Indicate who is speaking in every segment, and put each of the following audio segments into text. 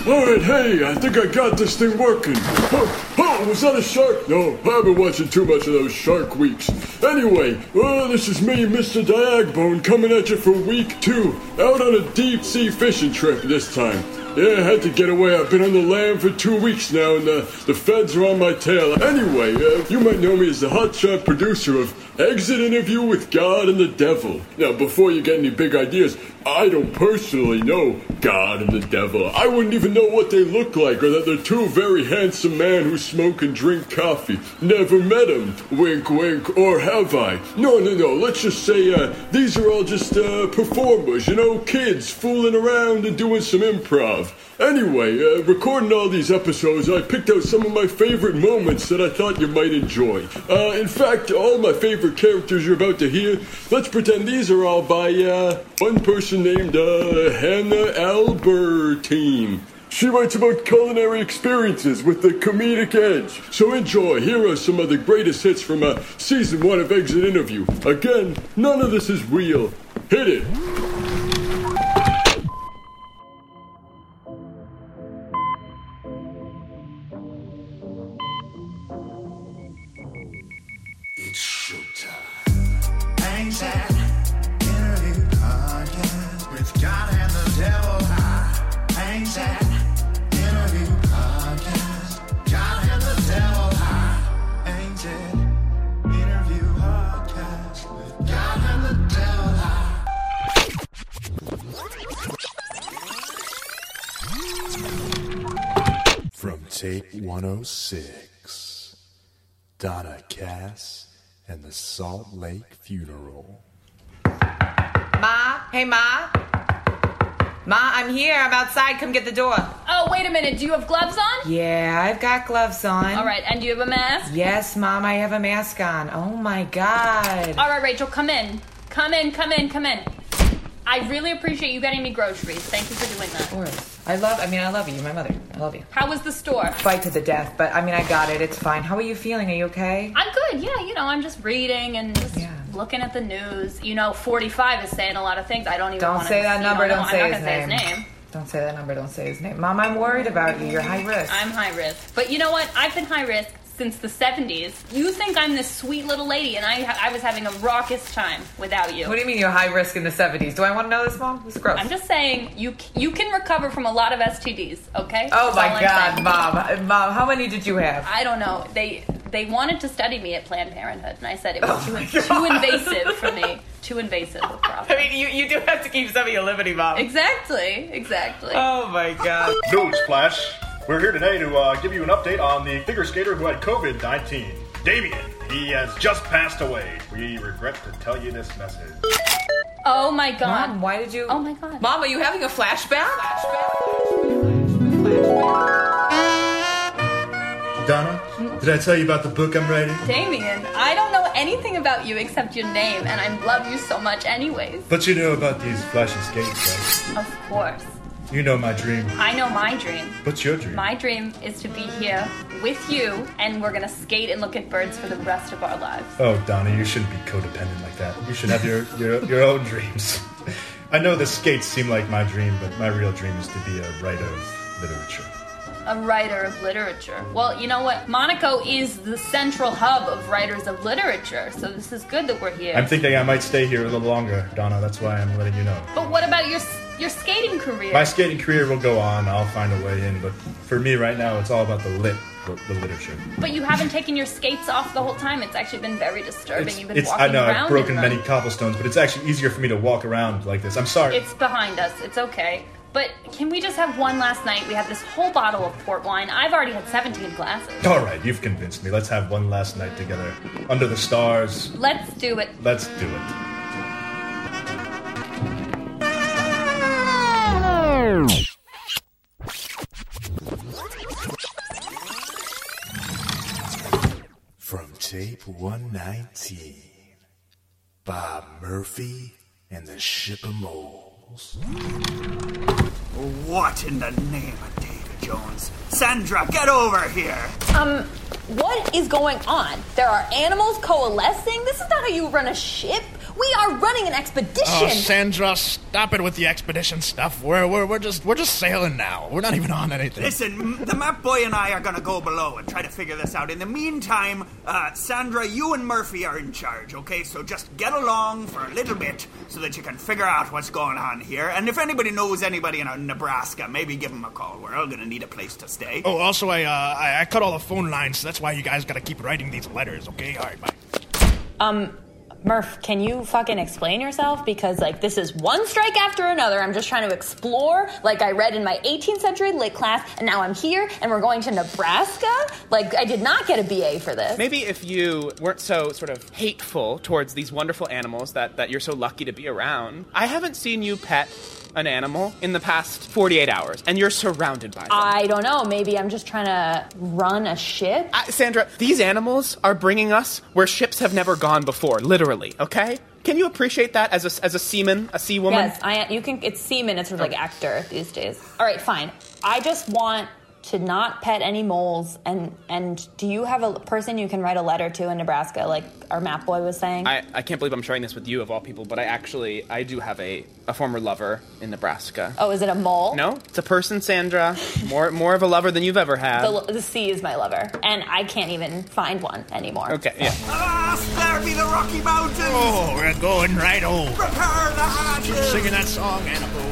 Speaker 1: hey, I think I got this thing working. Oh, oh, was that a shark? No, I've been watching too much of those shark weeks. Anyway, oh, this is me, Mr. Diagbone, coming at you for week two. Out on a deep sea fishing trip this time. Yeah, I had to get away. I've been on the lam for two weeks now, and uh, the feds are on my tail. Anyway, uh, you might know me as the hotshot producer of Exit Interview with God and the Devil. Now, before you get any big ideas, I don't personally know God and the Devil. I wouldn't even know what they look like, or that they're two very handsome men who smoke and drink coffee. Never met them. Wink, wink. Or have I? No, no, no. Let's just say uh, these are all just uh, performers, you know, kids fooling around and doing some improv. Anyway, uh, recording all these episodes, I picked out some of my favorite moments that I thought you might enjoy. Uh, in fact, all my favorite characters you're about to hear, let's pretend these are all by uh, one person named uh, Hannah Albertine. She writes about culinary experiences with the comedic edge. So enjoy. Here are some of the greatest hits from uh, season one of Exit Interview. Again, none of this is real. Hit it.
Speaker 2: It's showtime. Exit interview podcast with God and the devil. Exit interview podcast. God and the devil. Exit interview podcast with God and the devil.
Speaker 3: From tape 106, Donna Cass and the Salt Lake Funeral.
Speaker 4: Ma, hey Ma. Ma, I'm here. I'm outside. Come get the door.
Speaker 5: Oh, wait a minute. Do you have gloves on?
Speaker 4: Yeah, I've got gloves on.
Speaker 5: All right, and do you have a mask?
Speaker 4: Yes, Mom, I have a mask on. Oh my God.
Speaker 5: All right, Rachel, come in. Come in, come in, come in. I really appreciate you getting me groceries. Thank you for doing that.
Speaker 4: Of course. I love. I mean, I love you. You're my mother. I love you.
Speaker 5: How was the store?
Speaker 4: Fight to the death, but I mean, I got it. It's fine. How are you feeling? Are you okay?
Speaker 5: I'm good. Yeah, you know, I'm just reading and just
Speaker 4: Yeah.
Speaker 5: looking at the news. You know, 45 is saying a lot of things. I don't even
Speaker 4: Don't
Speaker 5: wanna
Speaker 4: say
Speaker 5: you
Speaker 4: that
Speaker 5: know,
Speaker 4: number.
Speaker 5: no,
Speaker 4: Don't
Speaker 5: I'm
Speaker 4: say,
Speaker 5: not
Speaker 4: his,
Speaker 5: gonna
Speaker 4: name.
Speaker 5: say his name.
Speaker 4: Don't say that number. Don't say his name. Mom, I'm worried about you. You're high risk.
Speaker 5: I'm high risk. But you know what? I've been high risk since the 70s. You think I'm this sweet little lady, and I, I was having a raucous time without you.
Speaker 4: what do you mean you're high risk in the 70s? Do I want to know this, Mom? This is gross.
Speaker 5: I'm just saying you c- you can recover from a lot of STDs, okay?
Speaker 4: oh
Speaker 5: That's
Speaker 4: my
Speaker 5: all I'm
Speaker 4: God,
Speaker 5: saying.
Speaker 4: Mom. Mom, how many did you have?
Speaker 5: I don't know. They they wanted to study me at Planned Parenthood, and I said it was
Speaker 4: Oh my
Speaker 5: too, too
Speaker 4: God.
Speaker 5: invasive for me. Too invasive a
Speaker 4: I
Speaker 5: problem.
Speaker 4: mean, you, you do have to keep some of your liberty, Mom.
Speaker 5: Exactly, exactly.
Speaker 4: Oh my God.
Speaker 6: News flash. We're here today to uh, give you an update on the figure skater who had COVID 19, Damien. He has just passed away. We regret to tell you this message.
Speaker 5: oh my God.
Speaker 4: Mom, why did you?
Speaker 5: Oh my God.
Speaker 4: Mom, are you having a flashback?
Speaker 6: Donna, did I tell you about the book I'm writing?
Speaker 5: Damien, I don't know anything about you except your name, and I love you so much, anyways.
Speaker 6: But you know about these flashing skates,
Speaker 5: Of course.
Speaker 6: right? You know my dream.
Speaker 5: I know my dream.
Speaker 6: What's your dream?
Speaker 5: My dream is to be here with you, and we're gonna skate and look at birds for the rest of our lives.
Speaker 6: Oh, Donna, you shouldn't be codependent like that. You should have your, your, your own dreams. I know the skates seem like my dream, but my real dream is to be a writer of literature.
Speaker 5: a writer of literature. Well, you know what? Monaco is the central hub of writers of literature, so this is good that we're here.
Speaker 6: I'm thinking I might stay here a little longer, Donna. That's why I'm letting you know.
Speaker 5: but what about your your skating career?
Speaker 6: My skating career will go on. I'll find a way in, but for me right now, it's all about the lit, the, the literature.
Speaker 5: but you haven't taken your skates off the whole time. It's actually been very disturbing.
Speaker 6: It's,
Speaker 5: You've been
Speaker 6: it's-
Speaker 5: walking
Speaker 6: I know
Speaker 5: around.
Speaker 6: I've
Speaker 5: in
Speaker 6: broken
Speaker 5: them.
Speaker 6: many cobblestones, but it's actually easier for me to walk around like this. I'm sorry.
Speaker 5: It's behind us. It's okay. But can we just have one last night? We have this whole bottle of port wine. I've already had 17 glasses.
Speaker 6: all right, you've convinced me. Let's have one last night together under the stars.
Speaker 5: Let's do it.
Speaker 6: Let's do it.
Speaker 3: From tape 119, Bob Murphy and the Ship of Moles.
Speaker 7: What in the name of David Jones? Sandra, get over here!
Speaker 8: Um, what is going on? There are animals coalescing? This is not how you run a ship.
Speaker 5: We are running an expedition.
Speaker 9: Oh, Sandra, stop it with the expedition stuff. We're, we're, we're just we're just sailing now. We're not even on anything.
Speaker 7: Listen, m- the map boy and I are gonna go below and try to figure this out. In the meantime, uh, Sandra, you and Murphy are in charge, okay? So just get along for a little bit so that you can figure out what's going on here. And if anybody knows anybody in uh, Nebraska, maybe give them a call. We're all gonna need a place to stay.
Speaker 9: Oh, also, I, uh, I I cut all the phone lines, so that's why you guys gotta keep writing these letters, okay? All right, bye.
Speaker 5: Um, Murph, can you fucking explain yourself? Because, like, this is one strike after another. I'm just trying to explore, like, I read in my 18th century lit class, and now I'm here, and we're going to Nebraska? Like, I did not get a BA for this.
Speaker 10: Maybe if you weren't so sort of hateful towards these wonderful animals that, that you're so lucky to be around, I haven't seen you pet an animal in the past 48 hours, and you're surrounded by them.
Speaker 5: I don't know. Maybe I'm just trying to run a ship.
Speaker 10: I- Sandra, these animals are bringing us where ships have never gone before, literally, okay? Can you appreciate that as a, as a seaman, a sea woman?
Speaker 5: Yes, I you can. It's seaman. It's sort of like actor these days. All right, fine. I just want to not pet any moles. And and do you have a person you can write a letter to in Nebraska, like our map boy was saying?
Speaker 10: I, I can't believe I'm sharing this with you of all people, but I actually, I do have a, a former lover in Nebraska.
Speaker 5: oh, is it a mole?
Speaker 10: No, it's a person, Sandra. More more of a lover than you've ever had.
Speaker 5: The, the sea is my lover, and I can't even find one anymore.
Speaker 10: okay, yeah.
Speaker 7: Ah, spare me the Rocky Mountains!
Speaker 9: Oh, we're going right home.
Speaker 7: Prepare the hatches!
Speaker 9: Singing that song, animals.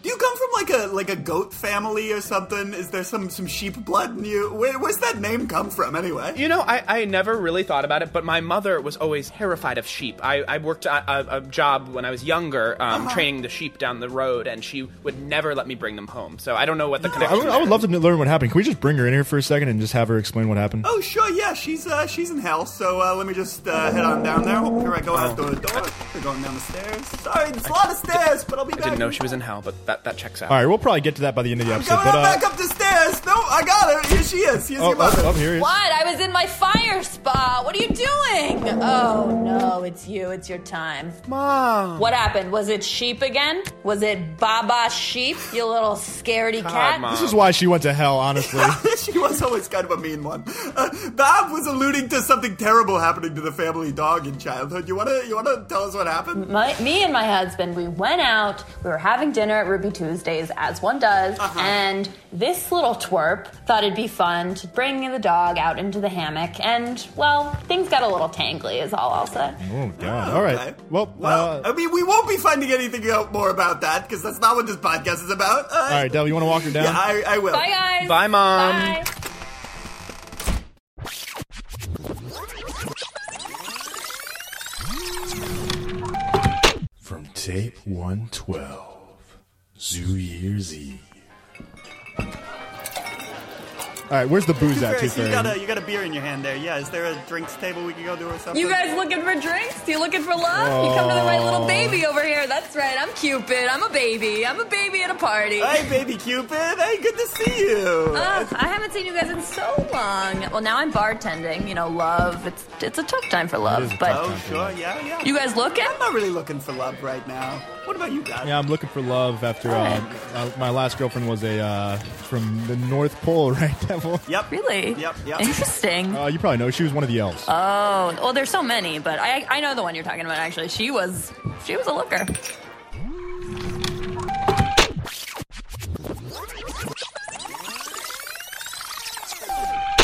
Speaker 7: Do you come from like a like a goat family or something? Is there some some sheep blood in you? Where, where's that name come from anyway?
Speaker 10: You know, I, I never really thought about it, but my mother was always terrified of sheep. I, I worked a, a, a job when I was younger, um,
Speaker 9: Uh-huh.
Speaker 10: training the sheep down the road, and she would never let me bring them home. So I don't know what the
Speaker 9: I
Speaker 10: connection.
Speaker 9: would, I would love to learn what happened. Can we just bring her in here for a second and just have her explain what happened?
Speaker 7: Oh sure, yeah, she's uh, she's in hell. So uh, let me just uh, head on down there. Oh, here I go out the door. We're going down the stairs. Sorry, there's a lot of stairs, but I'll be
Speaker 10: I
Speaker 7: back.
Speaker 10: didn't know she was in hell, but that, that checks out.
Speaker 9: All right, we'll probably get to that by the end of the
Speaker 7: I'm
Speaker 9: episode.
Speaker 7: coming
Speaker 9: But
Speaker 7: up back
Speaker 9: uh,
Speaker 7: up the stairs. No, I got her. Here she is. Here's
Speaker 9: oh,
Speaker 7: your mother.
Speaker 9: oh, oh, here he is.
Speaker 5: What? I was in my fire spa. What are you doing? Oh no, it's you. It's your time.
Speaker 10: Mom.
Speaker 5: What happened? Was it sheep again? Was it Baba Sheep? You little scaredy cat.
Speaker 10: Mom.
Speaker 9: This is why she went to hell, honestly.
Speaker 7: she was always kind of a mean one. Uh, Bob was alluding to something terrible happening to the family dog in childhood. You wanna you wanna tell us what happened?
Speaker 5: my, me and my husband, we went out. We were having dinner at Ruby Tuesdays, as one does. And this little twerp thought it'd be fun to bring the dog out into the hammock. And, well, things got a little tangly, is all I'll say.
Speaker 9: oh God! All right.
Speaker 7: Okay.
Speaker 9: Well,
Speaker 7: Well,
Speaker 9: uh,
Speaker 7: I mean, we won't be finding anything out more about that because that's not what this podcast is about. Uh,
Speaker 9: all right, Dell. You want to walk her down?
Speaker 7: Yeah, I, I will.
Speaker 5: Bye, guys.
Speaker 10: Bye, Mom.
Speaker 5: Bye.
Speaker 3: From tape 112, Zoo Year's Eve.
Speaker 9: All right. Where's the booze at, Tooth
Speaker 7: Ferris, you
Speaker 9: Fairy?
Speaker 7: got a you got a beer in your hand there. Yeah, is there a drinks table we could go to or something?
Speaker 5: You guys looking for drinks? You looking for love? You come to the right little baby over here. That's right. I'm Cupid. I'm a baby. I'm a baby at a party.
Speaker 7: Hey, baby Cupid. Hey, good to see you.
Speaker 5: Ugh, I haven't seen you guys in so long. Well, now I'm bartending. You know, love. It's it's a tough time for love, but
Speaker 7: oh, sure. Yeah, yeah.
Speaker 5: you guys looking?
Speaker 7: I'm not really looking for love right now. What about you guys?
Speaker 9: Yeah, I'm looking for love after uh, uh, my last girlfriend was a uh, from the North Pole, right, Devil?
Speaker 7: Yep.
Speaker 5: Really?
Speaker 7: Yep, yep.
Speaker 5: Interesting.
Speaker 9: Uh, you probably know she was one of the elves.
Speaker 5: oh, well, there's so many, but I I know the one you're talking about. Actually, she was she was a looker.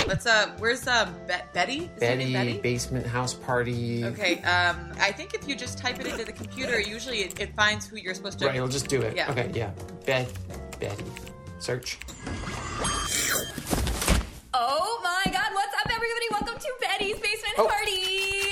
Speaker 4: What's up? Where's uh, Be- Betty? Is her name Betty?
Speaker 11: basement house party.
Speaker 4: Okay. Um, I think if you just type it into the computer, usually it, it finds who you're supposed to.
Speaker 11: Right, I'll just do it.
Speaker 4: Yeah.
Speaker 11: Okay, yeah. Bed, Betty. Search.
Speaker 5: Oh my God! What's up, everybody? Welcome to Betty's Basement
Speaker 11: Oh.
Speaker 5: Party.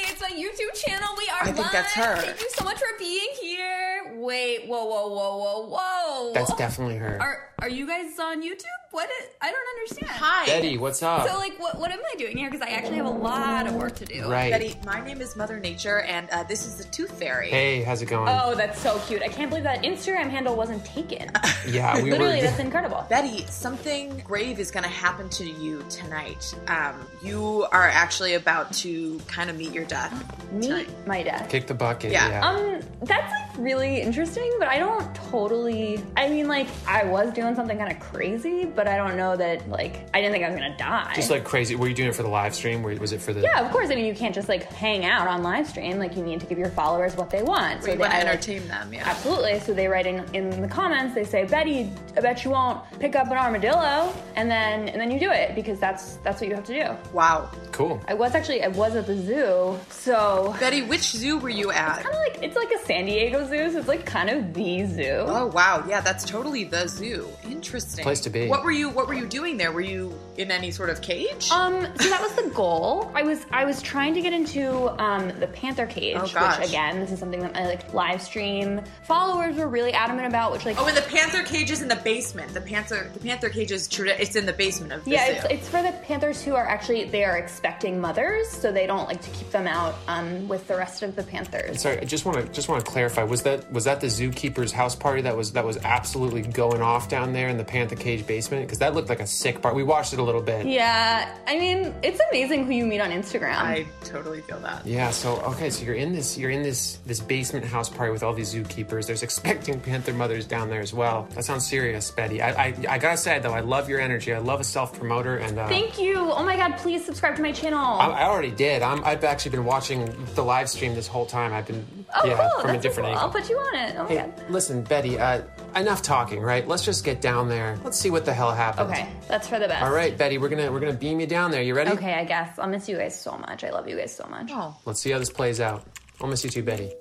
Speaker 5: It's my YouTube channel. We are
Speaker 4: I think
Speaker 5: live.
Speaker 4: that's her.
Speaker 5: Thank you so much for being here. Wait, whoa, whoa, whoa, whoa, whoa.
Speaker 11: That's definitely her.
Speaker 5: Are Are you guys on YouTube? What is? I don't understand.
Speaker 4: Hi,
Speaker 11: Betty, what's up?
Speaker 5: So like, what what am I doing here? Because I actually have a lot of work to do.
Speaker 11: right.
Speaker 4: Betty. My name is Mother Nature, and uh, this is the Tooth Fairy.
Speaker 11: Hey, how's it going?
Speaker 5: Oh, that's so cute. I can't believe that Instagram handle wasn't taken.
Speaker 11: yeah, we
Speaker 5: Literally,
Speaker 11: were.
Speaker 5: that's incredible.
Speaker 4: Betty, something grave is going to happen to you tonight. Um, you are actually about to kind of meet your death.
Speaker 5: Meet
Speaker 4: tonight.
Speaker 5: my death.
Speaker 11: Kick the bucket.
Speaker 4: Yeah.
Speaker 11: Yeah.
Speaker 5: Um, that's like really interesting, but I don't totally. I mean, like, I was doing something kind of crazy, but but I don't know that like I didn't think I was gonna die.
Speaker 11: Just like crazy. Were you doing it for the live stream? Were, was it for the?
Speaker 5: yeah, of course. I mean, you can't just like hang out on live stream. Like, you need to give your followers what they want.
Speaker 4: We want to
Speaker 5: I, like-
Speaker 4: entertain them. Yeah.
Speaker 5: Absolutely. So they write in in the comments. They say, "Betty, I bet you won't pick up an armadillo," and then and then you do it because that's that's what you have to do.
Speaker 4: Wow.
Speaker 11: Cool.
Speaker 5: I was actually I was at the zoo. So
Speaker 4: Betty, which zoo were you at?
Speaker 5: Kind of like it's like a San Diego zoo. So it's like kind of the zoo.
Speaker 4: Oh wow, yeah, that's totally the zoo. Interesting
Speaker 5: Place to be.
Speaker 4: What were you? What were you doing there? Were you in any sort of cage?
Speaker 5: Um, so that was the goal. I was I was trying to get into um, the panther cage,
Speaker 4: Oh, gosh.
Speaker 5: which again, this is something that my like live stream followers were really adamant about. Which like
Speaker 4: Oh, and the panther cage is in the basement. The panther, the panther cage is true. It's in the basement of the
Speaker 5: yeah,
Speaker 4: zoo.
Speaker 5: it's, it's for the panthers who are actually they are expecting mothers, so they don't like to keep them out um, with the rest of the panthers.
Speaker 11: Sorry, I just want to just want to clarify. Was that was that the zookeeper's house party that was that was absolutely going off down there in the panther cage basement? Because that looked like a sick part. We watched it a little bit.
Speaker 5: Yeah, I mean it's amazing who you meet on Instagram. I
Speaker 4: totally feel that.
Speaker 11: Yeah, so okay, so you're in this you're in this this basement house party with all these zookeepers. There's expecting panther mothers down there as well. That sounds serious, Betty. I I, I gotta say though, I love your energy. I love a self promoter, and uh,
Speaker 5: Thank you. Oh my god, please subscribe to my channel.
Speaker 11: Oh, I, I already did. I'm, I've actually been watching the live stream this whole time. I've been
Speaker 5: oh
Speaker 11: yeah
Speaker 5: cool,
Speaker 11: from
Speaker 5: that's
Speaker 11: a
Speaker 5: so
Speaker 11: different
Speaker 5: cool.
Speaker 11: angle.
Speaker 5: I'll put you on it. Oh my
Speaker 11: Hey,
Speaker 5: god.
Speaker 11: listen, Betty. Uh, enough talking, right? Let's just get down there. Let's see what the hell happens.
Speaker 5: Okay, that's for the best.
Speaker 11: All right, Betty. We're gonna we're gonna beam you down there. You ready?
Speaker 5: Okay, I guess. I'll miss you guys so much. I love you guys so much. Oh.
Speaker 11: Let's see how this plays out. I'll miss you too, Betty.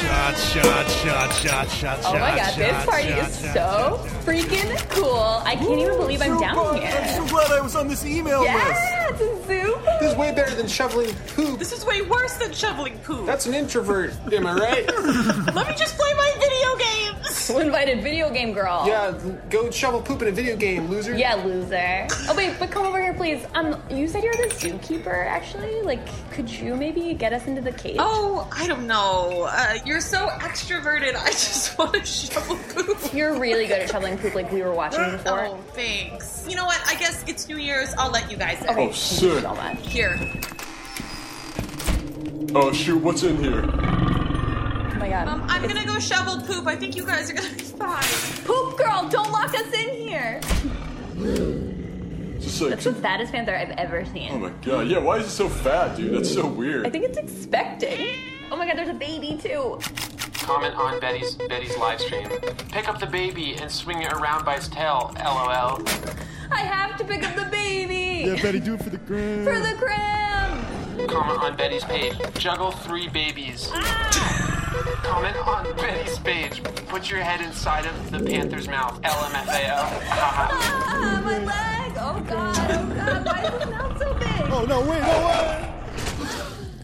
Speaker 7: Shot, shot, shot, shot, shot,
Speaker 5: Oh my god, this party is so freaking cool. I can't even believe I'm down here.
Speaker 7: I'm so glad I was on this email
Speaker 5: Yeah, it's a zoo.
Speaker 11: This is way better than shoveling poop.
Speaker 4: This is way worse than shoveling poop.
Speaker 11: That's an introvert, am I right?
Speaker 4: Let me just play my video games.
Speaker 5: Who invited video game girl?
Speaker 11: yeah, Uh, go shovel poop in a video game, loser.
Speaker 5: Yeah, loser. Oh wait, but come over here, please. Um, you said you're the zookeeper, actually. Like, could you maybe get us into the cage?
Speaker 4: Oh, I don't know. Uh, you're so extroverted. I just want to shovel poop.
Speaker 5: You're really good at shoveling poop, like we were watching before.
Speaker 4: Oh, thanks. You know what? I guess it's New Year's. I'll let you guys in.
Speaker 1: Oh, sick.
Speaker 4: Here.
Speaker 1: Oh, shoot, what's in here?
Speaker 5: Oh my god.
Speaker 4: Um, I'm gonna go shovel poop. I think you guys are gonna be fine.
Speaker 5: Poop girl, don't lock us in here.
Speaker 1: It's just
Speaker 5: That's
Speaker 1: like,
Speaker 5: the fattest panther I've ever seen.
Speaker 1: oh my god, yeah, why is it so fat, dude? That's so
Speaker 5: I
Speaker 1: weird.
Speaker 5: think it's expecting. Oh my god, there's a baby too.
Speaker 11: Comment on Betty's Betty's live stream. Pick up the baby and swing it around by its tail. LOL.
Speaker 5: I have to pick up the baby.
Speaker 9: do it for the gram.
Speaker 5: For the gram.
Speaker 11: Comment on Betty's page. Juggle three babies. Comment on Betty's page. Put your head inside of the panther's mouth. LMFAO.
Speaker 5: Ah, my leg. Oh god. Oh god. Why is it not so big?
Speaker 9: Oh no! Wait! No! Wait.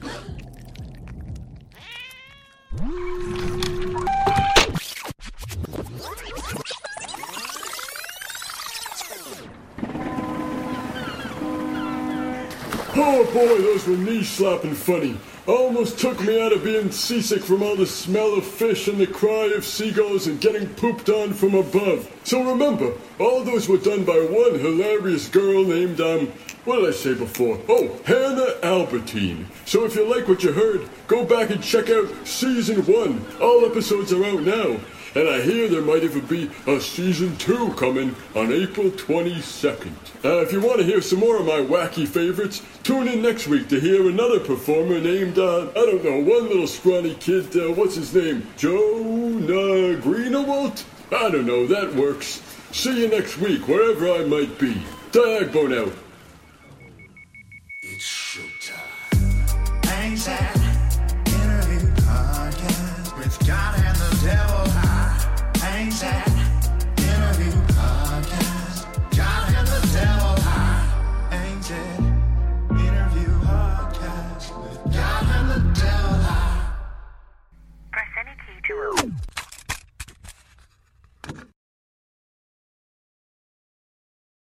Speaker 1: Oh boy, those were knee slapping funny. Almost took me out of being seasick from all the smell of fish and the cry of seagulls and getting pooped on from above. So remember, all those were done by one hilarious girl named, um, what did I say before? Oh, Hannah Albertine. So if you like what you heard, go back and check out season one. All episodes are out now. And I hear there might even be a season two coming on April 22nd. Uh, if you want to hear some more of my wacky favorites, tune in next week to hear another performer named, uh, I don't know, one little scrawny kid, uh, what's his name? Jonah Greenewalt? I don't know, that works. See you next week, wherever I might be. Diagbone out.
Speaker 2: It's showtime.